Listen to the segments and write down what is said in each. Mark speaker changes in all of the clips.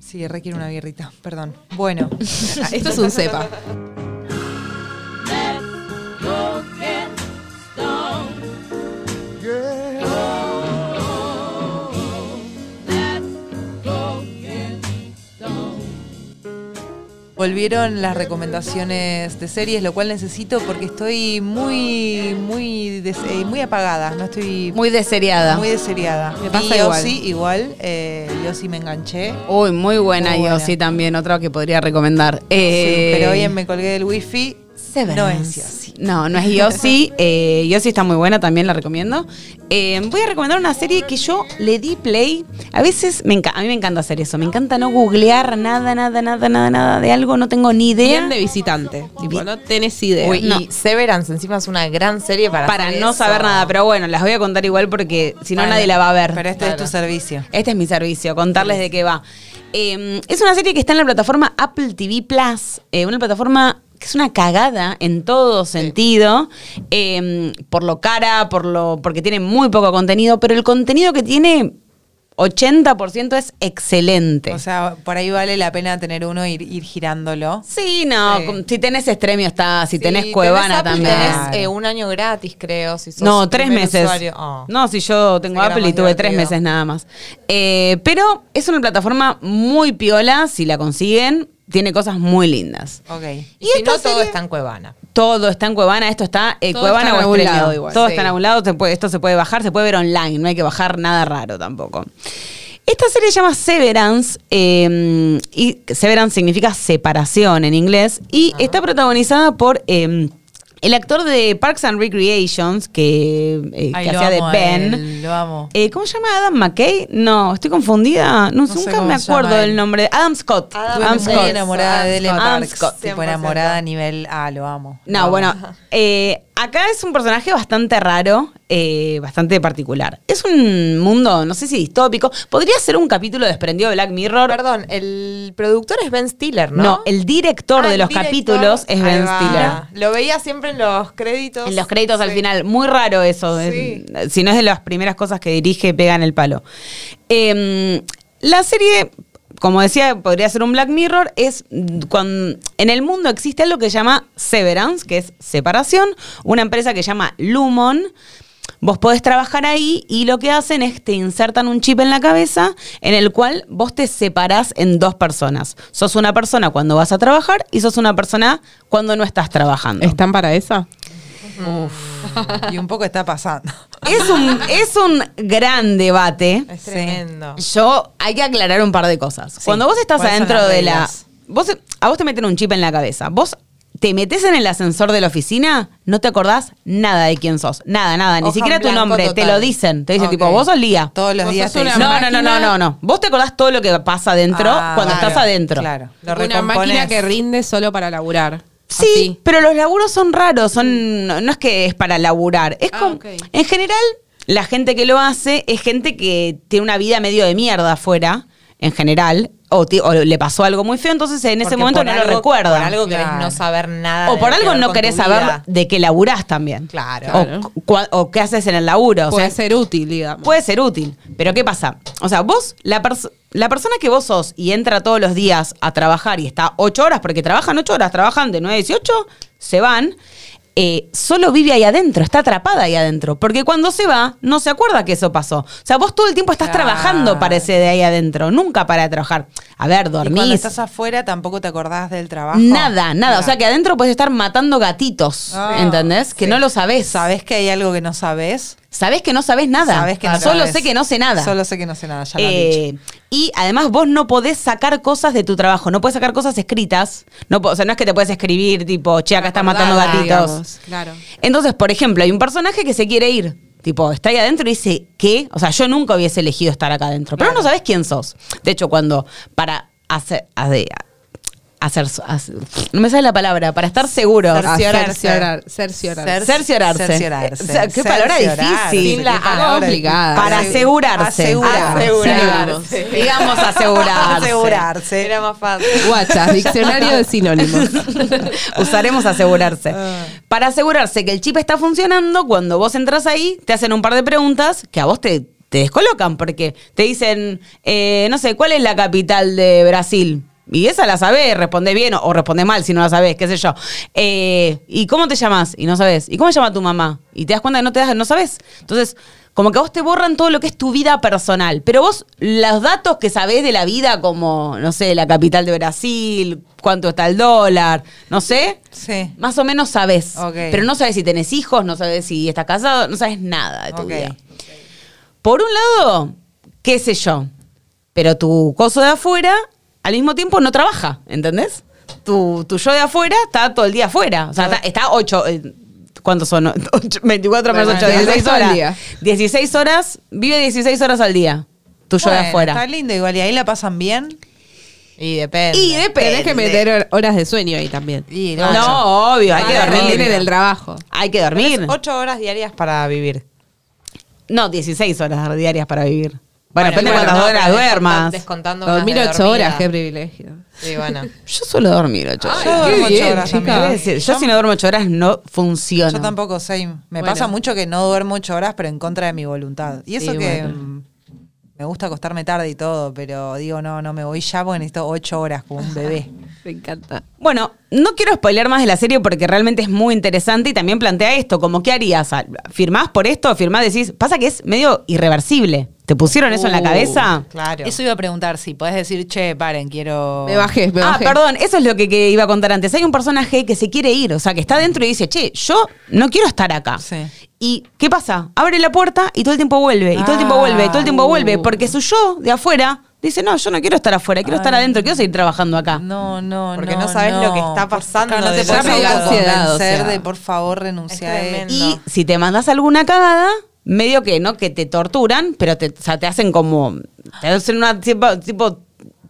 Speaker 1: Sí, requiere una birrita, perdón. Bueno, esto es un cepa. Volvieron las recomendaciones de series, lo cual necesito porque estoy muy, muy, des- eh, muy apagada. No estoy
Speaker 2: Muy deseriada.
Speaker 1: muy deseriada.
Speaker 2: Me pasa
Speaker 1: y
Speaker 2: igual.
Speaker 1: Yossi, igual, eh, Yossi me enganché.
Speaker 2: Uy, muy buena
Speaker 1: Muy
Speaker 2: y
Speaker 1: buena.
Speaker 2: sí también, otra que podría recomendar.
Speaker 1: Sí,
Speaker 2: Eh,
Speaker 1: pero hoy me colgué del wifi.
Speaker 2: Severance.
Speaker 1: No es Yossi.
Speaker 2: No, no es Yossi. Eh, Yossi está muy buena, también la recomiendo. Eh, voy a recomendar una serie que yo le di play. A veces me enca- a mí me encanta hacer eso. Me encanta no googlear nada, nada, nada, nada, nada de algo. No tengo ni idea.
Speaker 3: Bien de visitante. Tipo, no tenés idea.
Speaker 4: Uy,
Speaker 2: No.
Speaker 4: y Severance encima es una gran serie para
Speaker 2: para
Speaker 4: hacer
Speaker 2: no
Speaker 4: eso.
Speaker 2: saber nada. Pero bueno, las voy a contar igual porque si no
Speaker 4: Bueno,
Speaker 2: nadie la va a ver.
Speaker 1: Pero este es tu servicio.
Speaker 2: Este es mi servicio, contarles de qué va. Eh, es una serie que está en la plataforma Apple TV Plus, eh, una plataforma que es una cagada en todo sentido, eh, por lo cara, por lo, porque tiene muy poco contenido, pero el contenido que tiene 80% es excelente.
Speaker 1: O sea, por ahí vale la pena tener uno e ir, ir girándolo.
Speaker 2: sí, no,
Speaker 1: Sí.
Speaker 2: com- si tenés Estremio está, si
Speaker 4: Sí,
Speaker 2: tenés Cuevana
Speaker 4: Apple,
Speaker 2: también.
Speaker 4: Tenés eh, un año gratis, creo. Si sos
Speaker 2: No, tres
Speaker 4: primer
Speaker 2: meses.
Speaker 4: usuario. Oh.
Speaker 2: No, si yo tengo
Speaker 4: Pensé que
Speaker 2: Apple
Speaker 4: era
Speaker 2: y
Speaker 4: más
Speaker 2: tuve tres
Speaker 4: divertido.
Speaker 2: meses nada más. Eh, pero es una plataforma muy piola, si la consiguen, tiene cosas muy lindas.
Speaker 1: Ok.
Speaker 4: Y,
Speaker 2: Y
Speaker 4: si
Speaker 2: esta
Speaker 4: no, todo
Speaker 2: serie-
Speaker 4: está en Cuevana.
Speaker 2: Todo está en Cuevana, esto está eh,
Speaker 3: Todo
Speaker 2: Cuevana
Speaker 3: está en
Speaker 2: o
Speaker 3: algún
Speaker 2: Estrello.
Speaker 3: lado igual,
Speaker 2: todo
Speaker 4: sí.
Speaker 2: está en algún lado, se puede- esto se puede bajar, se puede ver online, no hay que bajar nada raro tampoco. Esta serie se llama Severance, eh, y Severance significa separación en inglés, y está protagonizada por eh, el actor de Parks and Recreations, que, eh,
Speaker 1: Ay,
Speaker 2: que
Speaker 1: lo
Speaker 2: hacía de
Speaker 1: amo a
Speaker 2: Ben.
Speaker 1: él, lo amo.
Speaker 2: Eh, ¿Cómo se llama Adam McKay? No, estoy confundida. No,
Speaker 1: sé
Speaker 2: nunca
Speaker 1: cómo
Speaker 2: me
Speaker 1: se llama
Speaker 2: acuerdo
Speaker 1: él.
Speaker 2: del nombre. Adam Scott.
Speaker 4: Adam
Speaker 1: Estuve
Speaker 4: I'm
Speaker 1: muy
Speaker 4: Scott.
Speaker 1: enamorada de él en
Speaker 4: I'm
Speaker 1: Parks,
Speaker 4: Scott.
Speaker 1: tipo
Speaker 4: 100%.
Speaker 1: enamorada a nivel, ah, lo amo.
Speaker 2: No,
Speaker 1: Lo
Speaker 2: bueno,
Speaker 1: amo.
Speaker 2: eh, acá es un personaje bastante raro, eh, bastante particular. Es un mundo, no sé si distópico. Podría ser un capítulo desprendido de Black Mirror.
Speaker 4: Perdón, el productor es Ben Stiller,
Speaker 2: No,
Speaker 4: ¿no?
Speaker 2: el director
Speaker 4: Ah,
Speaker 2: de
Speaker 4: el
Speaker 2: los
Speaker 4: director.
Speaker 2: capítulos es
Speaker 4: Ahí
Speaker 2: Ben
Speaker 4: va.
Speaker 2: Stiller.
Speaker 4: Lo veía siempre en los créditos.
Speaker 2: En los créditos al
Speaker 4: Sí.
Speaker 2: final, muy raro eso. es-
Speaker 4: Sí.
Speaker 2: si no es de las primeras cosas que dirige, pega en el palo. Em, la serie, como decía, podría ser un Black Mirror, es mm, cuan- en el mundo existe algo que se llama Severance, que es separación, una empresa que se llama Lumon. Vos podés trabajar ahí y lo que hacen es te insertan un chip en la cabeza en el cual vos te separás en dos personas. Sos una persona cuando vas a trabajar y sos una persona cuando no estás trabajando.
Speaker 3: ¿Están para esa?
Speaker 1: Y un poco está pasando.
Speaker 2: Es un, es un gran debate.
Speaker 4: Es
Speaker 1: Sí.
Speaker 4: tremendo.
Speaker 2: Yo hay que aclarar un par de cosas. Cuando vos estás
Speaker 1: ¿Cuáles son
Speaker 2: adentro
Speaker 1: las
Speaker 2: de la.
Speaker 1: reglas?
Speaker 2: Vos, a vos te meten un chip en la cabeza. Vos te metes en el ascensor de la oficina, no te acordás nada de quién sos. Nada, nada. Ni
Speaker 4: Hoja en
Speaker 2: siquiera tu
Speaker 4: blanco
Speaker 2: nombre. Te
Speaker 4: total.
Speaker 2: lo dicen. Te dicen,
Speaker 1: Ok.
Speaker 2: tipo, vos sos Lía.
Speaker 1: Todos los
Speaker 3: Vos
Speaker 1: días te
Speaker 3: sos una
Speaker 1: dicen,
Speaker 2: No, no, no, no, no, no. Vos te acordás todo lo que pasa adentro
Speaker 1: Ah,
Speaker 2: cuando
Speaker 1: claro,
Speaker 2: estás adentro.
Speaker 1: Claro. Lo
Speaker 3: una
Speaker 1: recompones.
Speaker 3: máquina que rinde solo para laburar.
Speaker 2: Sí,
Speaker 3: Así.
Speaker 2: pero los laburos son raros, son no, no es que es para laburar, es
Speaker 3: Ah,
Speaker 2: como
Speaker 3: ok.
Speaker 2: en general la gente que lo hace es gente que tiene una vida medio de mierda afuera, en general, o, ti- o le pasó algo muy feo, entonces en ese
Speaker 4: Porque
Speaker 2: momento
Speaker 4: por
Speaker 2: no lo
Speaker 4: algo-
Speaker 2: recuerda.
Speaker 4: Por algo querés
Speaker 1: Claro.
Speaker 4: no saber nada.
Speaker 2: o
Speaker 4: de
Speaker 2: por
Speaker 4: lo que
Speaker 2: algo
Speaker 4: ver
Speaker 2: no
Speaker 4: con
Speaker 2: querés
Speaker 4: tu
Speaker 2: saber
Speaker 4: vida.
Speaker 2: de qué laburás también.
Speaker 4: Claro.
Speaker 3: Claro.
Speaker 2: O, cua- o qué haces en el laburo. o
Speaker 3: Puede
Speaker 2: sea,
Speaker 3: ser útil, digamos.
Speaker 2: puede ser útil. Pero ¿qué pasa? O sea, vos, la, pers- la persona que vos sos y entra todos los días a trabajar y está ocho horas, porque trabajan ocho horas, trabajan de 9 a 18, se van, eh, solo vive ahí adentro, está atrapada ahí adentro. Porque cuando se va, no se acuerda que eso pasó. O sea, vos todo el tiempo estás
Speaker 1: Claro.
Speaker 2: trabajando, parece, de ahí adentro, nunca para de trabajar. A ver,
Speaker 1: Y cuando
Speaker 2: dormís.
Speaker 1: estás afuera tampoco te acordás del trabajo.
Speaker 2: Nada, nada. O sea que adentro puedes estar matando gatitos,
Speaker 1: Ah,
Speaker 2: ¿entendés? Que
Speaker 1: sí.
Speaker 2: no lo sabés.
Speaker 1: ¿Sabés que hay algo que no sabés?
Speaker 2: Sabés que no sabés nada.
Speaker 1: Sabés que no
Speaker 2: Solo
Speaker 1: sabés.
Speaker 2: sé que no sé nada.
Speaker 1: Solo sé que no sé nada, ya lo
Speaker 2: Eh,
Speaker 1: he dicho.
Speaker 2: y además vos no podés sacar cosas de tu trabajo, no podés sacar cosas escritas. No, po- o sea, no es que te puedes escribir tipo, che, acá estás matando
Speaker 3: Acordada,
Speaker 2: gatitos.
Speaker 3: digamos, Claro.
Speaker 2: Entonces, por ejemplo, hay un personaje que se quiere ir. Tipo, está ahí adentro y dice, ¿qué? O sea, yo nunca hubiese elegido estar acá adentro. Pero no sabés quién sos. De hecho, cuando para hacer... hace- hacer, hacer- no me sale la palabra. Para estar seguro.
Speaker 3: Cerciorarse.
Speaker 1: Ah, Cerciorar-
Speaker 3: Cerciorarse.
Speaker 2: cerciorarse.
Speaker 1: Cerciorarse.
Speaker 2: O sea, qué palabra
Speaker 1: Cerciorarse.
Speaker 2: difícil.
Speaker 1: Qué
Speaker 3: La hago
Speaker 1: palabra
Speaker 3: obligada.
Speaker 2: Para
Speaker 1: Asegu-
Speaker 2: asegurarse.
Speaker 1: Asegurar.
Speaker 3: Asegurarse.
Speaker 2: Digamos, digamos asegurarse.
Speaker 1: Asegurarse.
Speaker 4: Era más fácil.
Speaker 3: Guachas, diccionario de sinónimos. Ah.
Speaker 2: Usaremos asegurarse. Para asegurarse que el chip está funcionando, cuando vos entras ahí, te hacen un par de preguntas que a vos te te descolocan porque te dicen, eh, no sé, ¿cuál es la capital de Brasil? Y esa la sabés, responde bien o, o responde mal si no la sabés, qué sé yo. Eh, ¿Y cómo te llamas? Y no sabés. ¿Y cómo se llama tu mamá? Y te das cuenta que no te das, no sabés. Entonces, como que a vos te borran todo lo que es tu vida personal. Pero vos, los datos que sabés de la vida, como, no sé, la capital de Brasil, cuánto está el dólar, no sé,
Speaker 1: Sí.
Speaker 2: más o menos sabés.
Speaker 1: Ok.
Speaker 2: Pero no sabés si tenés hijos, no sabés si estás casado, no sabés nada de tu
Speaker 1: Ok.
Speaker 2: vida. Por un lado, qué sé yo, pero tu coso de afuera al mismo tiempo no trabaja, ¿entendés? Tu, tu yo de afuera está todo el día afuera. O sea, está, está ocho. eh, ¿Cuántos son? Ocho- 24 más
Speaker 3: Bueno,
Speaker 2: 8, 16
Speaker 3: 16 al
Speaker 2: horas.
Speaker 3: día.
Speaker 2: 16 horas, vive 16 horas al día. Tu yo de
Speaker 1: Bueno,
Speaker 2: afuera.
Speaker 1: Está lindo igual, y ahí la pasan bien.
Speaker 4: Y depende.
Speaker 2: Y depende.
Speaker 3: Tenés que meter hor- horas de sueño ahí también.
Speaker 1: Y
Speaker 2: No,
Speaker 1: ocho.
Speaker 2: obvio, hay que
Speaker 3: Para rendir en el
Speaker 2: dormir.
Speaker 3: trabajo.
Speaker 2: Hay que
Speaker 4: Tenés
Speaker 2: dormir.
Speaker 4: ocho horas diarias para vivir.
Speaker 2: No, 16 horas diarias para vivir. Bueno, depende
Speaker 4: pero
Speaker 2: cuántas
Speaker 4: no,
Speaker 2: horas
Speaker 4: pero descontan-
Speaker 2: duermas.
Speaker 4: Descontando unas
Speaker 3: Dormir
Speaker 4: de
Speaker 3: ocho
Speaker 4: dormida.
Speaker 3: horas, qué privilegio.
Speaker 4: Sí, bueno.
Speaker 2: Yo suelo dormir 8 horas.
Speaker 1: Yo duermo ocho
Speaker 3: bien,
Speaker 1: horas
Speaker 3: chica.
Speaker 1: también.
Speaker 2: Te voy a decir, yo si no duermo ocho horas no funciona.
Speaker 1: Yo tampoco, same. Me
Speaker 3: Bueno.
Speaker 1: pasa mucho que no duermo ocho horas, pero en contra de mi voluntad. Y eso
Speaker 3: Sí,
Speaker 1: que
Speaker 3: bueno.
Speaker 1: mm, me gusta acostarme tarde y todo, pero digo, no, no me voy ya porque necesito ocho horas como un bebé.
Speaker 3: Me encanta.
Speaker 2: Bueno, no quiero spoiler más de la serie porque realmente es muy interesante y también plantea esto, como ¿qué harías? Ah, ¿Firmás por esto? ¿Firmás? Decís, pasa que es medio irreversible. ¿Te pusieron eso en la
Speaker 4: Uh,
Speaker 2: cabeza?
Speaker 4: Claro.
Speaker 1: Eso iba a preguntar, si podés decir, che, paren, quiero...
Speaker 3: Me bajé, me
Speaker 2: Ah,
Speaker 3: bajé.
Speaker 2: perdón, eso es lo que, que iba a contar antes. Hay un personaje que se quiere ir, o sea, que está dentro y dice, che, yo no quiero estar acá.
Speaker 1: Sí.
Speaker 2: ¿Y qué pasa? Abre la puerta y todo el tiempo vuelve, y todo el tiempo
Speaker 1: Ah,
Speaker 2: vuelve, y todo el tiempo
Speaker 3: uh.
Speaker 2: vuelve, porque su yo de afuera dice, no, yo no quiero estar afuera, quiero estar adentro, quiero seguir trabajando acá.
Speaker 1: No, no,
Speaker 4: Porque no sabes lo que está pasando
Speaker 1: Claro, no te
Speaker 4: del
Speaker 1: puedes
Speaker 3: otro lado.
Speaker 1: autoconvencer
Speaker 3: o sea.
Speaker 1: de por favor renunciar a
Speaker 4: Es
Speaker 1: él.
Speaker 4: tremendo.
Speaker 2: Y
Speaker 4: No.
Speaker 2: si te mandas alguna cagada, medio que no, que te torturan, pero te, o sea, te hacen como. Te hacen una tipo, tipo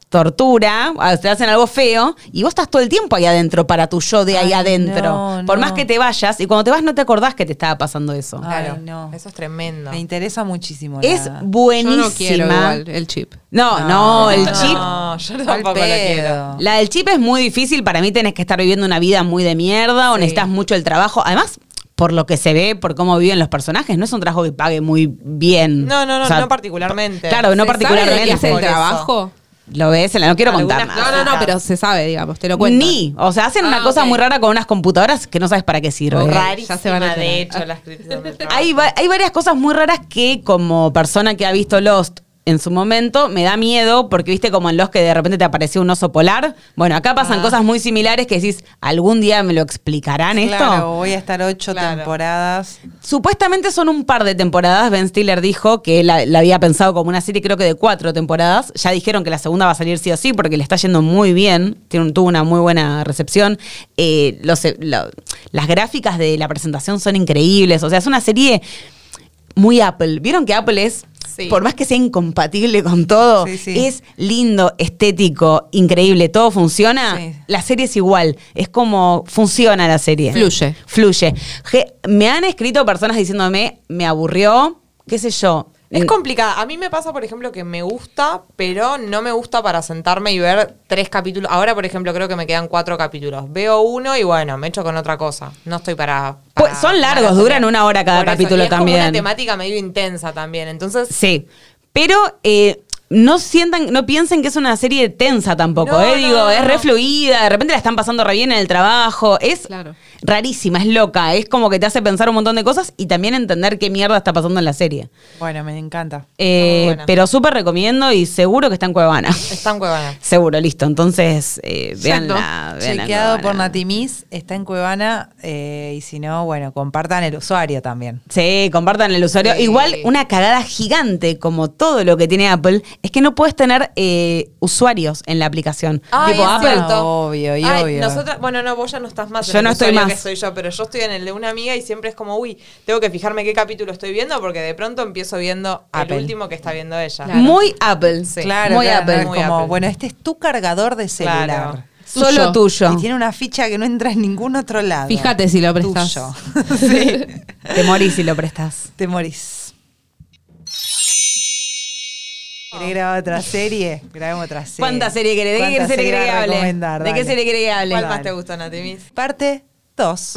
Speaker 2: tortura, a- te hacen algo feo, y vos estás todo el tiempo ahí adentro para tu yo de ahí
Speaker 1: Ay,
Speaker 2: adentro.
Speaker 1: no,
Speaker 2: Por
Speaker 1: no.
Speaker 2: más que te vayas, y cuando te vas no te acordás que te estaba pasando eso.
Speaker 1: Ay,
Speaker 4: Claro.
Speaker 1: no.
Speaker 4: Eso es tremendo.
Speaker 1: Me interesa muchísimo.
Speaker 2: es
Speaker 1: la-
Speaker 2: buenísima.
Speaker 3: Yo no quiero igual el chip.
Speaker 2: No, no, el chip.
Speaker 4: No, yo
Speaker 1: Al
Speaker 4: tampoco lo
Speaker 1: pedo.
Speaker 4: quiero.
Speaker 2: La del chip es muy difícil, para mí tenés que estar viviendo una vida muy de mierda o
Speaker 1: Sí.
Speaker 2: necesitas mucho el trabajo. Además, por lo que se ve, por cómo viven los personajes, no es un trabajo que pague muy bien.
Speaker 4: No, no, no,
Speaker 2: O sea,
Speaker 4: no particularmente.
Speaker 2: Claro, no
Speaker 3: ¿Se sabe de qué
Speaker 2: particularmente.
Speaker 3: es el
Speaker 4: por eso.
Speaker 3: trabajo?
Speaker 2: Lo ves, en la- no quiero contar
Speaker 4: Algunas-
Speaker 2: nada.
Speaker 3: No, no, no, pero se sabe, digamos, te lo cuento.
Speaker 2: Ni, o sea, hacen una
Speaker 3: Ah,
Speaker 2: cosa
Speaker 3: ok.
Speaker 2: muy rara con unas computadoras que no sabes para qué
Speaker 3: Ah,
Speaker 2: sirve.
Speaker 4: Rarísima,
Speaker 3: Ya se van a
Speaker 4: de
Speaker 3: enterar.
Speaker 4: hecho, las criptomonedas.
Speaker 2: Hay, va- hay varias cosas muy raras que como persona que ha visto Lost en su momento me da miedo porque viste como en Lost que de repente te apareció un oso polar. Bueno, acá pasan cosas muy similares que decís, algún día me lo explicarán
Speaker 1: Claro,
Speaker 2: esto.
Speaker 1: voy a estar ocho
Speaker 4: Claro.
Speaker 1: temporadas.
Speaker 2: Supuestamente son un par de temporadas. Ben Stiller dijo que la, la había pensado como una serie creo que de cuatro temporadas. Ya dijeron que la segunda va a salir sí o sí porque le está yendo muy bien. Tiene un- tuvo una muy buena recepción. Eh, los- eh, lo- las gráficas de la presentación son increíbles. O sea, es una serie muy Apple. ¿Vieron que Apple es,
Speaker 4: Sí.
Speaker 2: por más que sea incompatible con todo,
Speaker 1: Sí, sí.
Speaker 2: es lindo, estético, increíble, todo funciona?
Speaker 1: Sí.
Speaker 2: La serie es igual, es como funciona la serie.
Speaker 3: Fluye.
Speaker 2: Fluye. Je- me han escrito personas diciéndome, me aburrió, qué sé yo.
Speaker 4: Es
Speaker 2: N-
Speaker 4: complicada. A mí me pasa, por ejemplo, que me gusta, pero no me gusta para sentarme y ver tres capítulos. Ahora, por ejemplo, creo que me quedan cuatro capítulos. Veo uno y bueno, me echo con otra cosa. No estoy para. para-
Speaker 2: Pues son largos,
Speaker 4: para-
Speaker 2: duran una hora cada
Speaker 4: Por eso.
Speaker 2: capítulo
Speaker 4: Y es como
Speaker 2: también.
Speaker 4: una temática medio intensa también. Entonces,
Speaker 2: Sí. Pero eh, no sientan, no piensen que es una serie tensa tampoco,
Speaker 4: No,
Speaker 2: eh.
Speaker 4: no,
Speaker 2: Digo,
Speaker 4: no,
Speaker 2: es
Speaker 4: no.
Speaker 2: re fluida, de repente la están pasando re bien en el trabajo. Es
Speaker 3: Claro.
Speaker 2: rarísima, es loca, es como que te hace pensar un montón de cosas y también entender qué mierda está pasando en la serie.
Speaker 1: Bueno, me encanta.
Speaker 2: Eh,
Speaker 4: muy buena.
Speaker 2: pero súper recomiendo y seguro que está en Cuevana.
Speaker 4: está en Cuevana.
Speaker 2: Seguro, listo. Entonces, eh, véanla, véanla en
Speaker 1: Chequeado por
Speaker 2: Cuevana.
Speaker 1: Natimis, está en Cuevana eh, y si no, bueno, compartan el usuario también.
Speaker 2: Sí, compartan el usuario.
Speaker 4: Sí.
Speaker 2: Igual una cagada gigante, como todo lo que tiene Apple, es que no puedes tener eh, usuarios en la aplicación.
Speaker 4: Ay,
Speaker 2: tipo
Speaker 4: es
Speaker 2: Apple.
Speaker 4: cierto.
Speaker 1: Obvio, y obvio.
Speaker 4: nosotras- bueno, no, vos ya no estás más. en
Speaker 2: Yo
Speaker 4: el
Speaker 2: no estoy
Speaker 4: usuario
Speaker 2: más.
Speaker 4: Que soy yo, pero yo estoy en el de una amiga y siempre es como, uy, tengo que fijarme qué capítulo estoy viendo porque de pronto empiezo viendo
Speaker 1: Apple.
Speaker 4: el último que está viendo ella.
Speaker 3: Claro.
Speaker 2: Muy Apple.
Speaker 4: Sí.
Speaker 1: Claro,
Speaker 2: muy
Speaker 1: claro,
Speaker 2: Apple.
Speaker 1: no es
Speaker 4: Muy
Speaker 1: como,
Speaker 4: Apple.
Speaker 1: bueno, este es tu cargador de celular.
Speaker 4: Claro.
Speaker 2: Solo tuyo.
Speaker 1: Y tiene una ficha que no entra en ningún otro lado.
Speaker 3: Fíjate si lo prestás.
Speaker 1: Tuyo. Sí.
Speaker 2: Te morís si lo prestas.
Speaker 1: Te morís. ¿Querés grabar otra serie? Grabemos otra serie.
Speaker 2: ¿Cuántas series querés? ¿De qué
Speaker 1: ¿Cuántas
Speaker 2: serie querés que
Speaker 1: vas a
Speaker 2: hable?
Speaker 1: recomendar?
Speaker 2: ¿De qué
Speaker 1: Dale.
Speaker 2: serie querés que hable?
Speaker 4: ¿Cuál más te gustó, Natimis?
Speaker 1: Parte 2.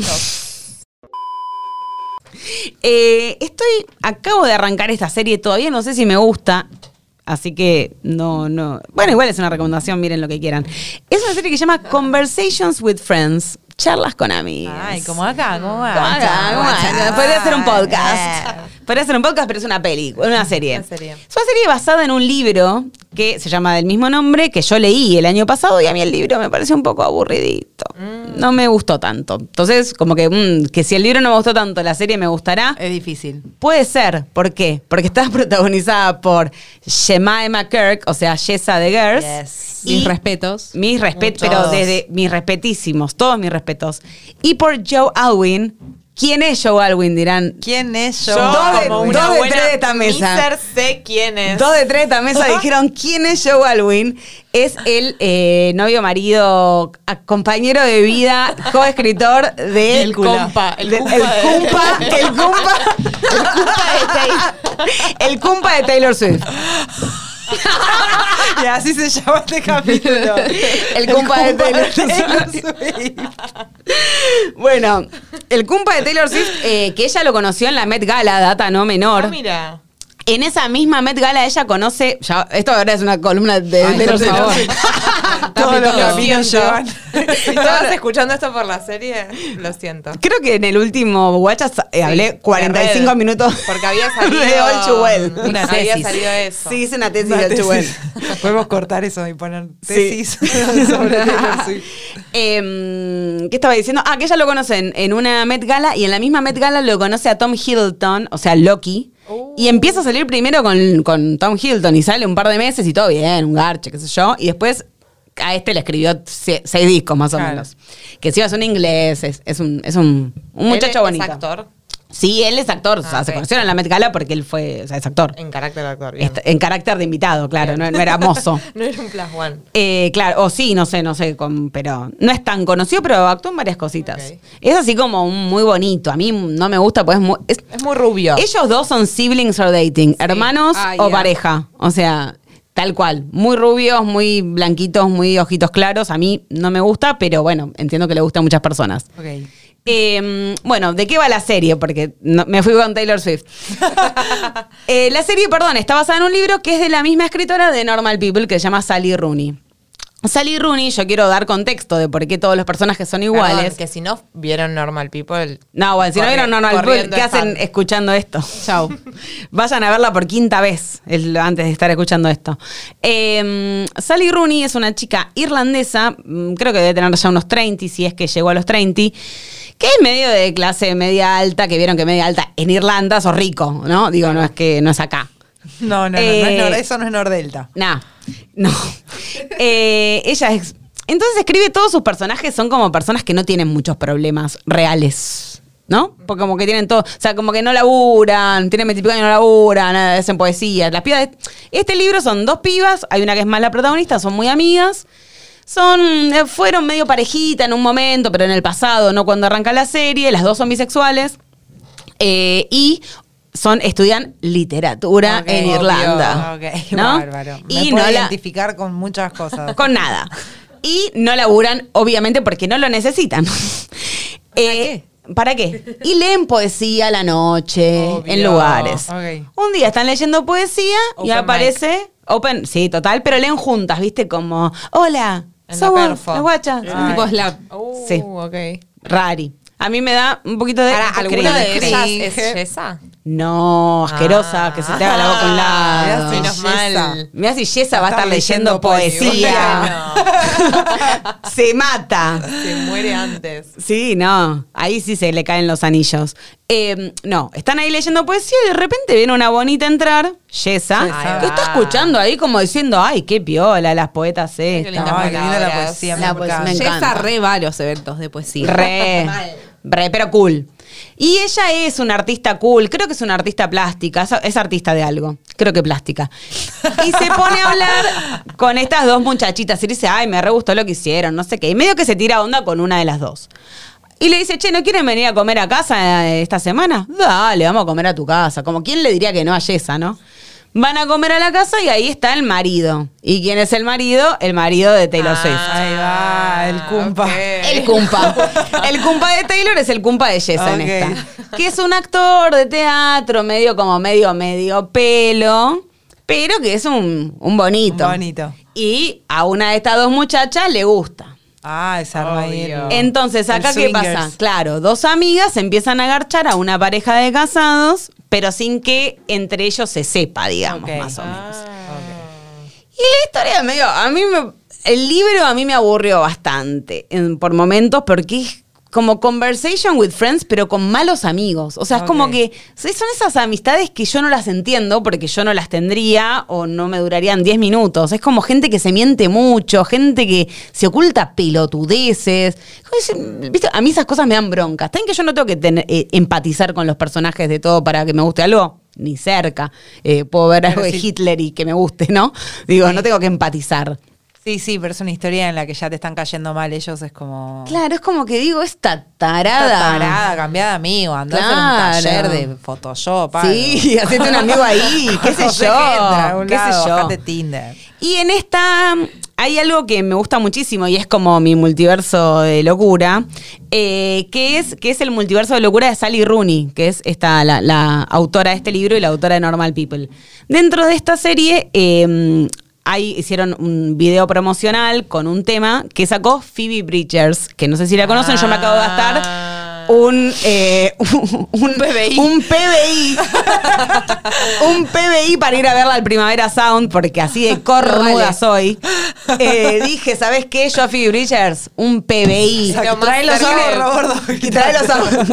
Speaker 2: Eh, estoy, acabo de arrancar esta serie, todavía no sé si me gusta, así que no, no. Bueno, igual es una recomendación, miren lo que quieran. Es una serie que se llama Conversations with Friends, charlas con amigos.
Speaker 1: Ay, como acá, como acá.
Speaker 2: Como acá, como acá. Podría ser un podcast. Podría ser un podcast, pero es una película, una serie.
Speaker 4: Una serie.
Speaker 2: Es una serie basada en un libro que se llama del mismo nombre, que yo leí el año pasado y a mí el libro me pareció un poco aburridito. No me gustó tanto. Entonces, como que, mm, que si el libro no me gustó tanto, la serie me gustará.
Speaker 1: Eh. Es difícil.
Speaker 2: Puede ser. ¿Por qué? Porque está protagonizada por Jemima Kirk, o sea, Jessa de Girls.
Speaker 1: Yes.
Speaker 3: Mis
Speaker 2: y-
Speaker 3: respetos.
Speaker 2: mis respetos,
Speaker 4: Muchos.
Speaker 2: pero desde mis respetísimos, todos mis respetos. Y por Joe Alwyn. ¿Quién es Joe Alwyn? Dirán.
Speaker 1: ¿Quién es yo?
Speaker 4: Yo,
Speaker 2: Dos de-
Speaker 4: como una
Speaker 2: dos de
Speaker 4: buena
Speaker 2: tres de esta mesa.
Speaker 4: miser, sé quién es.
Speaker 2: Dos de tres de esta mesa dijeron quién es Joe Alwyn. Es el eh, novio, marido, a- compañero de vida, coescritor de.
Speaker 4: El compa, el
Speaker 2: de-
Speaker 4: cumpa
Speaker 2: el
Speaker 4: de-
Speaker 2: cumpa. El cumpa. El cumpa de Taylor. El cumpa de Taylor Swift.
Speaker 1: Y así se llama este capítulo.
Speaker 2: El compa de Taylor Bueno, el cumpa de Taylor Swift, eh, que ella lo conoció en la Met Gala, data no menor.
Speaker 4: Ah, mira.
Speaker 2: En esa misma Met Gala ella conoce, ya, esto ahora es una columna de
Speaker 3: Ay,
Speaker 2: Taylor
Speaker 3: por
Speaker 2: Swift.
Speaker 3: favor.
Speaker 1: Todos los
Speaker 4: Lo
Speaker 1: caminos
Speaker 4: siento.
Speaker 1: llevan.
Speaker 4: Si estabas escuchando esto por la serie, lo siento.
Speaker 2: Creo que en el último WhatsApp eh, hablé
Speaker 4: Sí,
Speaker 2: 45
Speaker 4: de red.
Speaker 2: minutos
Speaker 4: Porque había salido.
Speaker 2: de All Too Well.
Speaker 1: Una
Speaker 4: había
Speaker 1: tesis.
Speaker 4: salido eso.
Speaker 2: Sí, hice una tesis de All Too Well.
Speaker 1: Podemos cortar eso y poner
Speaker 2: Sí.
Speaker 1: tesis sobre Taylor Swift.
Speaker 2: Em, ¿Qué estaba diciendo? Ah, que ella lo conoce en, en una Met Gala y en la misma Met Gala lo conoce a Tom Hiddleston, o sea, Loki.
Speaker 4: Oh.
Speaker 2: Y empieza a salir primero con, con Tom Hiddleston y sale un par de meses y todo bien, un garche, qué sé yo. Y después a este le escribió se- seis discos más o
Speaker 1: Claro.
Speaker 2: menos. Que si es un inglés, es, es un, es un, un muchacho
Speaker 4: Él
Speaker 2: bonito.
Speaker 4: Es actor
Speaker 2: Sí, él es actor, o sea,
Speaker 4: Ah,
Speaker 2: se
Speaker 4: ok.
Speaker 2: conocieron en la Met Gala porque él fue, o sea, es actor.
Speaker 4: en carácter de actor. bien.
Speaker 2: Está- En, carácter de invitado, claro, no, no era mozo.
Speaker 4: no era un plus one.
Speaker 2: Eh, claro, o sí, no sé, no sé, con- pero no es tan conocido, pero actuó en varias cositas.
Speaker 4: Ok.
Speaker 2: Es así como un muy bonito. A mí no me gusta, pues es muy- es-
Speaker 4: Es muy rubio.
Speaker 2: ellos dos son siblings or dating, hermanos
Speaker 3: Ah,
Speaker 2: o
Speaker 3: ya.
Speaker 2: pareja. O sea, tal cual. Muy rubios, muy blanquitos, muy ojitos claros. A mí no me gusta, pero bueno, entiendo que le gusta a muchas personas.
Speaker 1: Ok.
Speaker 2: Eh, bueno, ¿de qué va la serie? Porque no- me fui con Taylor Swift. Eh, la serie, perdón, está basada en un libro que es de la misma escritora de Normal People, que se llama Sally Rooney. Sally Rooney, yo quiero dar contexto de por qué todos los personajes son
Speaker 4: Perdón,
Speaker 2: iguales.
Speaker 4: que si no vieron Normal People.
Speaker 2: No, bueno, si no
Speaker 4: corri-
Speaker 2: vieron Normal People,
Speaker 4: corriendo
Speaker 2: ¿qué
Speaker 4: están.
Speaker 2: hacen escuchando esto?
Speaker 3: Chau.
Speaker 2: Vayan a verla por quinta vez es lo- antes de estar escuchando esto. Eh, Sally Rooney es una chica irlandesa, mm, creo que debe tener ya unos 30, si es que llegó a los 30, que es medio de clase media alta, que vieron que media alta en Irlanda sos rico, ¿no? Digo, no es que no es acá.
Speaker 1: No, no, no, no,
Speaker 2: Eh,
Speaker 1: es nor- eso no es Nordelta.
Speaker 2: Nah, no. Eh, ella es. Entonces escribe todos sus personajes, son como personas que no tienen muchos problemas reales. ¿No? Porque como que tienen todo. O sea, como que no laburan, tienen 20 y pico años y no laburan, nada, hacen poesía. Las pibas. de- este libro son dos pibas, hay una que es más la protagonista, son muy amigas. Son. eh, fueron medio parejita en un momento, pero en el pasado, no cuando arranca la serie. Las dos son bisexuales. Eh, y son, estudian literatura
Speaker 1: Ok,
Speaker 2: en
Speaker 1: obvio.
Speaker 2: Irlanda.
Speaker 1: Ok,
Speaker 2: ¿no?
Speaker 1: bárbaro. Me
Speaker 2: Y
Speaker 1: puedo
Speaker 2: no la,
Speaker 1: identificar con muchas cosas.
Speaker 2: con nada. Y no laburan, obviamente, porque no lo necesitan. Eh, ¿Para qué? Y leen poesía a la noche,
Speaker 4: Obvio.
Speaker 2: en lugares.
Speaker 1: Ok.
Speaker 2: Un día están leyendo poesía y
Speaker 4: Open
Speaker 2: aparece. Open, sí, total, pero leen juntas, ¿viste? Como, hola,
Speaker 4: En la
Speaker 2: somos
Speaker 4: perfo.
Speaker 2: la guacha.
Speaker 3: Son tipo slap.
Speaker 4: Uh,
Speaker 2: Sí.
Speaker 4: ok.
Speaker 2: Rari. A mí me da un poquito de.
Speaker 4: Para,
Speaker 2: cringe.
Speaker 4: ¿Alguna de ellas es
Speaker 1: Cringe.
Speaker 4: Yesa?
Speaker 2: No, asquerosa, que se te haga la boca a un
Speaker 1: Mirá
Speaker 2: lado.
Speaker 1: si
Speaker 4: Ah, Menos
Speaker 1: Yesa.
Speaker 4: mal.
Speaker 2: Mirá si Yesa va a estar leyendo poesía. Se mata.
Speaker 4: Se muere antes.
Speaker 2: Sí, no, ahí sí se le caen los anillos. Eh, no, están ahí leyendo poesía y de repente viene una bonita a entrar, Yesa,
Speaker 4: Yesa.
Speaker 2: que está escuchando ahí como diciendo, ay, qué piola las poetas
Speaker 4: Qué
Speaker 2: estas.
Speaker 4: lindas
Speaker 1: Ay, qué linda la
Speaker 4: palabras.
Speaker 1: poesía, me
Speaker 2: La poesía,
Speaker 1: encanta.
Speaker 2: me encanta.
Speaker 3: Jessa re va a los eventos de poesía.
Speaker 2: Re, re, pero cool. Y ella es una artista cool, creo que es una artista plástica, es, es artista de algo, creo que plástica. Y se pone a hablar con estas dos muchachitas y le dice, ay, me re gustó lo que hicieron, no sé qué. Y medio que se tira onda con una de las dos. Y le dice, che, ¿no quieren venir a comer a casa eh, esta semana? Dale, vamos a comer a tu casa. Como, ¿quién le diría que no a Yesa, no? Van a comer a la casa y ahí está el marido. ¿Y quién es el marido? El marido de Taylor Swift.
Speaker 1: Ahí va, el cumpa.
Speaker 4: ok.
Speaker 2: El cumpa. El cumpa de Taylor es el cumpa de Jessa
Speaker 1: Ok.
Speaker 2: en esta. Que es un actor de teatro, medio como medio, medio pelo, pero que es un, un bonito.
Speaker 1: Un bonito.
Speaker 2: Y a una de estas dos muchachas le gusta.
Speaker 1: Ah, esa arma ahí. el-
Speaker 4: Obvio.
Speaker 2: Entonces,
Speaker 1: El
Speaker 2: acá qué
Speaker 1: swingers.
Speaker 2: pasa? Claro, dos amigas empiezan a agarchar a una pareja de casados, pero sin que entre ellos se sepa, digamos,
Speaker 1: Ok.
Speaker 2: más o menos.
Speaker 4: Ah.
Speaker 2: Y la historia medio, a mí me, el libro a mí me aburrió bastante en- por momentos porque es como conversation with friends pero con malos amigos. O sea, es como
Speaker 1: Ok.
Speaker 2: que sí, son esas amistades que yo no las entiendo porque yo no las tendría o no me durarían 10 minutos. Es como gente que se miente mucho, gente que se oculta pelotudeces. Joder, ¿viste? A mí esas cosas me dan bronca. Está en que yo no tengo que tener- eh, empatizar con los personajes de todo para que me guste algo. Ni cerca. Eh, puedo ver algo
Speaker 1: Pero
Speaker 2: de
Speaker 1: sí.
Speaker 2: Hitler y que me guste, ¿no? Digo, no tengo que empatizar.
Speaker 1: Sí, sí, pero es una historia en la que ya te están cayendo mal ellos, es como...
Speaker 2: Claro, es como que digo, esta tarada.
Speaker 1: Está tarada, cambiada de amigo, andás
Speaker 2: Claro.
Speaker 1: en un taller de Photoshop. algo.
Speaker 2: Sí, hacete un amigo ahí, qué sé
Speaker 1: No sé
Speaker 2: yo,
Speaker 1: qué entra, a algún
Speaker 2: qué sé
Speaker 1: lado,
Speaker 2: yo.
Speaker 1: bajate Tinder.
Speaker 2: Y en esta mm, hay algo que me gusta muchísimo y es como mi multiverso de locura, eh, que, es, que es el multiverso de locura de Sally Rooney, que es esta, la, la autora de este libro y la autora de Normal People. Dentro de esta serie eh, hay, hicieron un video promocional con un tema que sacó Phoebe Bridgers, que no sé si la conocen, yo me acabo de gastar un, eh, un, PBI. Un PBI. un PBI para ir a verla al Primavera Sound, porque así de cornuda
Speaker 3: No vale.
Speaker 2: soy. Eh, dije, ¿sabes qué? Yo a Phoebe Bridgers, un PBI.
Speaker 4: Lo más
Speaker 2: Trae los
Speaker 4: cerca del-
Speaker 2: ahorros, gordo. Y trae los ahorros.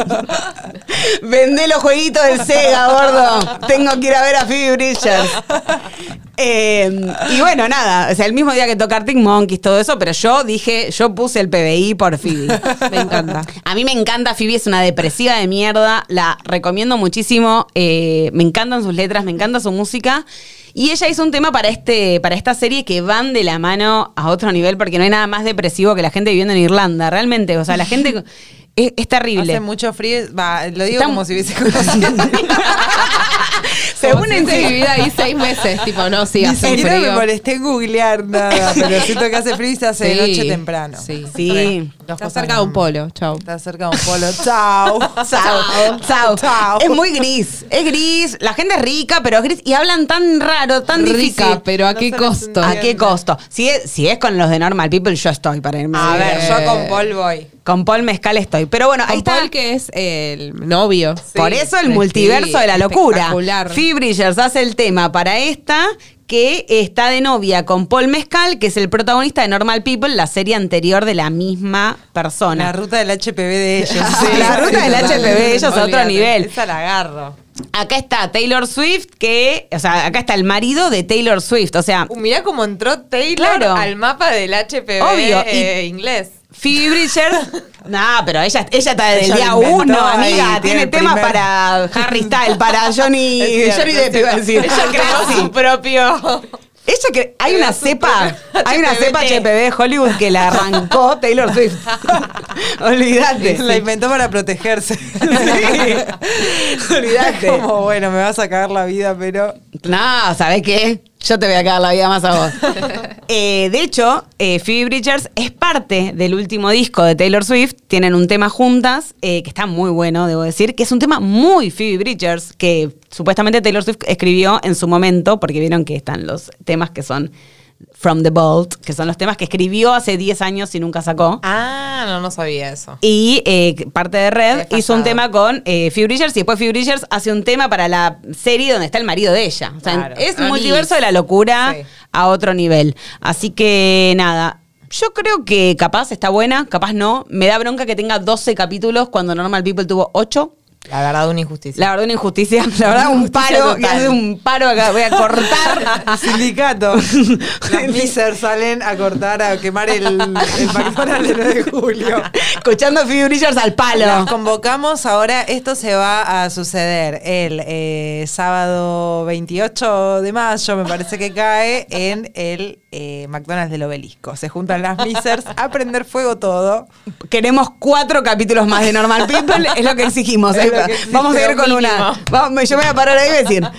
Speaker 2: Vendé los jueguitos del Sega, gordo. Tengo que ir a ver a Phoebe Bridgers. Eh, y bueno, nada, o sea, el mismo día que tocar Arctic Monkeys, todo eso, pero yo dije, yo puse el PBI por Phoebe.
Speaker 3: Me encanta.
Speaker 2: A mí me encanta Phoebe, es una depresiva de mierda, la recomiendo muchísimo, eh, me encantan sus letras, me encanta su música. Y ella hizo un tema para, este, para esta serie que van de la mano a otro nivel porque no hay nada más depresivo que la gente viviendo en Irlanda, realmente. O sea, la gente es, es terrible.
Speaker 1: Hace mucho frío, va, lo digo
Speaker 2: Está-
Speaker 1: como si hubiese conocido.
Speaker 2: Se
Speaker 3: Como
Speaker 2: unen-
Speaker 3: si hubiese vivido ahí seis meses, tipo, no, sí,
Speaker 1: Ni
Speaker 3: hace un
Speaker 1: siquiera me
Speaker 3: frío.
Speaker 1: molesté en googlear nada, pero siento que hace frío y se hace de
Speaker 3: Sí,
Speaker 1: noche temprano.
Speaker 3: Sí.
Speaker 2: Sí.
Speaker 3: Está cerca de un polo, chau.
Speaker 1: Está cerca de un polo. Chao.
Speaker 2: Chao, chao,
Speaker 1: Chao.
Speaker 2: Es muy gris, es gris, la gente es rica, pero es gris y hablan tan raro, tan difícil.
Speaker 3: Rica, pero ¿a
Speaker 4: No
Speaker 3: qué
Speaker 4: se
Speaker 3: costo?
Speaker 4: les
Speaker 2: ¿A qué costo? Si es, si es con los de Normal People, yo estoy para irme.
Speaker 4: A ver, yo con Paul voy.
Speaker 2: Con Paul Mezcal estoy. Pero bueno, ahí
Speaker 3: Ahí
Speaker 2: está.
Speaker 3: que es el novio.
Speaker 2: Por eso el multiverso de la locura. Phoebe Bridgers hace el tema para esta que está de novia con Paul Mezcal, que es el protagonista de Normal People, la serie anterior de la misma
Speaker 1: La
Speaker 2: persona.
Speaker 1: ruta del HPV de ellos.
Speaker 2: Sí, la ruta del
Speaker 1: total.
Speaker 2: HPV de ellos a otro
Speaker 1: Olvídate.
Speaker 2: nivel.
Speaker 1: Esa la agarro.
Speaker 2: Acá está Taylor Swift, que, o sea, acá está el marido de Taylor Swift, o sea,
Speaker 4: Uh, mirá cómo entró Taylor
Speaker 2: Claro.
Speaker 4: al mapa del HPV
Speaker 2: Obvio,
Speaker 4: eh, inglés.
Speaker 2: Phoebe Bridgers. nah, pero ella, ella está desde
Speaker 1: Ella
Speaker 2: el día
Speaker 1: lo inventó
Speaker 2: uno,
Speaker 1: ahí,
Speaker 2: amiga.
Speaker 1: tiene
Speaker 2: Tiene
Speaker 1: el
Speaker 2: tema
Speaker 1: primer-
Speaker 2: para Harry Styles, para Johnny,
Speaker 4: Es cierto,
Speaker 2: Johnny
Speaker 4: es
Speaker 2: Depp, iba a decir.
Speaker 4: Ella creó
Speaker 2: Crazy.
Speaker 4: su propio.
Speaker 2: Ella que hay
Speaker 4: Creó
Speaker 2: una
Speaker 4: su
Speaker 2: cepa,
Speaker 4: propio
Speaker 2: hay una cepa HPV
Speaker 4: HPV.
Speaker 2: de Hollywood que la arrancó Taylor Swift. Olvídate.
Speaker 1: La inventó para protegerse.
Speaker 2: Sí. Olvídate.
Speaker 1: Como, bueno, me vas a cagar la vida, pero.
Speaker 2: No, ¿sabes qué? Yo te voy a cagar la vida más a vos. Eh, de hecho, eh, Phoebe Bridgers es parte del último disco de Taylor Swift. Tienen un tema juntas eh, que está muy bueno, debo decir, que es un tema muy Phoebe Bridgers, que supuestamente Taylor Swift escribió en su momento, porque vieron que están los temas que son From the Vault, que son los temas que escribió hace 10 años y nunca sacó.
Speaker 4: Ah, no, no sabía eso.
Speaker 2: Y eh, parte de Red
Speaker 4: Qué
Speaker 2: hizo un
Speaker 4: pasado.
Speaker 2: tema con eh, Phoebe Bridgers y después Phoebe Bridgers hace un tema para la serie donde está el marido de ella. O sea,
Speaker 4: Claro.
Speaker 2: es
Speaker 4: Anís.
Speaker 2: multiverso de la locura
Speaker 4: Sí.
Speaker 2: a otro nivel. Así que nada. Yo creo que capaz está buena, capaz no. Me da bronca que tenga 12 capítulos cuando Normal People tuvo 8.
Speaker 4: La verdad, una injusticia.
Speaker 2: La verdad, una injusticia. La verdad, un
Speaker 4: Injusticia
Speaker 2: paro.
Speaker 4: total.
Speaker 2: que hace un paro acá. Voy a cortar.
Speaker 1: El sindicato. Las misers salen a cortar, a quemar el, el McDonald's del 9 de julio.
Speaker 2: Escuchando a Phoebe Bridgers al palo.
Speaker 1: Las convocamos ahora. Esto se va a suceder el eh, sábado 28 de mayo, me parece que cae, en el eh, McDonald's del Obelisco. Se juntan las misers a prender fuego todo.
Speaker 2: Queremos cuatro capítulos más de Normal People, es lo que exigimos.
Speaker 1: Es lo que
Speaker 2: vamos a ir
Speaker 4: exige,
Speaker 2: con
Speaker 4: mínimo.
Speaker 2: una. vamos- yo me voy a parar ahí y voy a decir.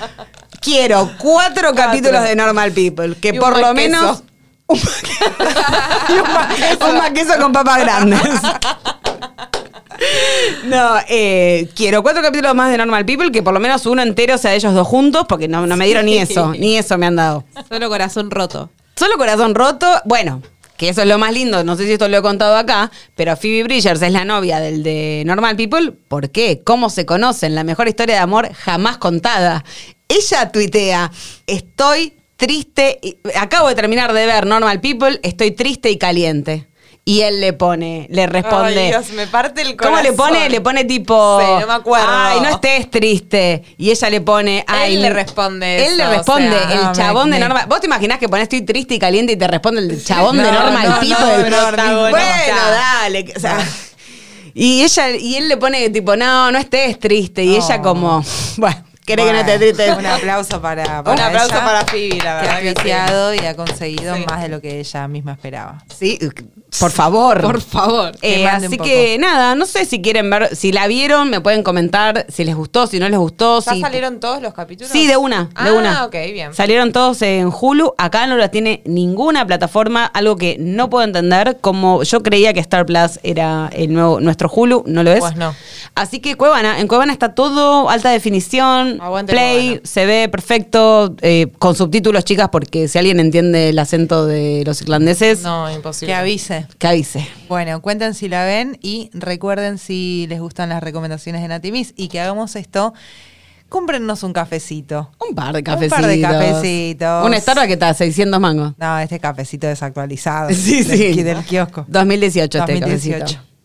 Speaker 2: quiero cuatro capítulos de Normal People, que
Speaker 4: Y un
Speaker 2: por lo
Speaker 4: panqueso.
Speaker 2: menos... Un panque- y un panqueso. un panqueso con papas grandes. No, eh, quiero cuatro capítulos más de Normal People, que por lo menos uno entero sea de ellos dos juntos, porque no, no me dieron ni
Speaker 3: Sí.
Speaker 2: eso, ni eso me han dado.
Speaker 3: Solo corazón roto.
Speaker 2: Solo corazón roto, bueno, que eso es lo más lindo, no sé si esto lo he contado acá, pero Phoebe Bridgers es la novia del de Normal People, ¿por qué? ¿Cómo se conocen? La mejor historia de amor jamás contada. Ella tuitea, estoy triste, y- acabo de terminar de ver Normal People, estoy triste y caliente. Y él le pone, le responde.
Speaker 4: Ay, Dios, me parte el
Speaker 2: ¿Cómo le
Speaker 4: corazón.
Speaker 2: pone? Le pone tipo.
Speaker 4: Sí, no me acuerdo.
Speaker 2: Ay, no estés triste. Y ella le pone. Ay,
Speaker 4: le responde
Speaker 2: Él
Speaker 4: eso,
Speaker 2: le responde.
Speaker 4: o sea,
Speaker 2: el
Speaker 1: no,
Speaker 2: chabón
Speaker 1: me-
Speaker 2: de norma. ¿Vos te imaginás que pones estoy triste y caliente y te responde el chabón de
Speaker 1: No,
Speaker 2: norma
Speaker 1: no,
Speaker 2: el tipo
Speaker 1: no,
Speaker 2: del
Speaker 1: no, no, no.
Speaker 2: Bueno, dale. O sea, y ella, y él le pone tipo, no, no estés triste. Y ella
Speaker 1: No.
Speaker 2: como, bueno, ¿querés que no
Speaker 1: Bueno,
Speaker 2: esté triste?
Speaker 1: Un aplauso para, para
Speaker 4: Un aplauso
Speaker 1: ella,
Speaker 4: para Phoebe, la
Speaker 1: Que ha
Speaker 4: verdad que sí.
Speaker 1: tuiteado y ha conseguido
Speaker 4: Sí.
Speaker 1: más de lo que ella misma esperaba.
Speaker 2: Sí, por favor.
Speaker 3: Por favor.
Speaker 1: Que
Speaker 2: Eh,
Speaker 1: mande
Speaker 2: así
Speaker 1: un
Speaker 2: que nada, no sé si quieren ver, si la vieron, me pueden comentar si les gustó, si no les gustó.
Speaker 4: ¿Ya
Speaker 2: si-
Speaker 4: salieron todos los capítulos?
Speaker 2: Sí, de una, de
Speaker 4: Ah,
Speaker 2: una.
Speaker 4: ok, bien.
Speaker 2: Salieron todos en Hulu, acá no la tiene ninguna plataforma, algo que no puedo entender, como yo creía que Star Plus era el nuevo, nuestro Hulu, no lo es.
Speaker 4: Pues no.
Speaker 2: Así que Cuevana, en Cuevana está todo, alta definición,
Speaker 4: Aguante
Speaker 2: play,
Speaker 4: Cuevana.
Speaker 2: se ve perfecto, eh, con subtítulos chicas, porque si alguien entiende el acento de los irlandeses,
Speaker 4: No, imposible.
Speaker 1: Que avise.
Speaker 2: que avise.
Speaker 1: Bueno, cuenten si la ven y recuerden si les gustan las recomendaciones de Natimis y que hagamos esto. Cómprennos un cafecito.
Speaker 2: Un par de
Speaker 1: Un
Speaker 2: cafecitos.
Speaker 1: par de cafecitos.
Speaker 2: Una Starbucks que está a 600 mangos.
Speaker 1: No, este cafecito desactualizado.
Speaker 2: Sí,
Speaker 1: del,
Speaker 2: sí.
Speaker 1: Del kiosco.
Speaker 2: 2018 este
Speaker 1: 2018.
Speaker 2: cafecito.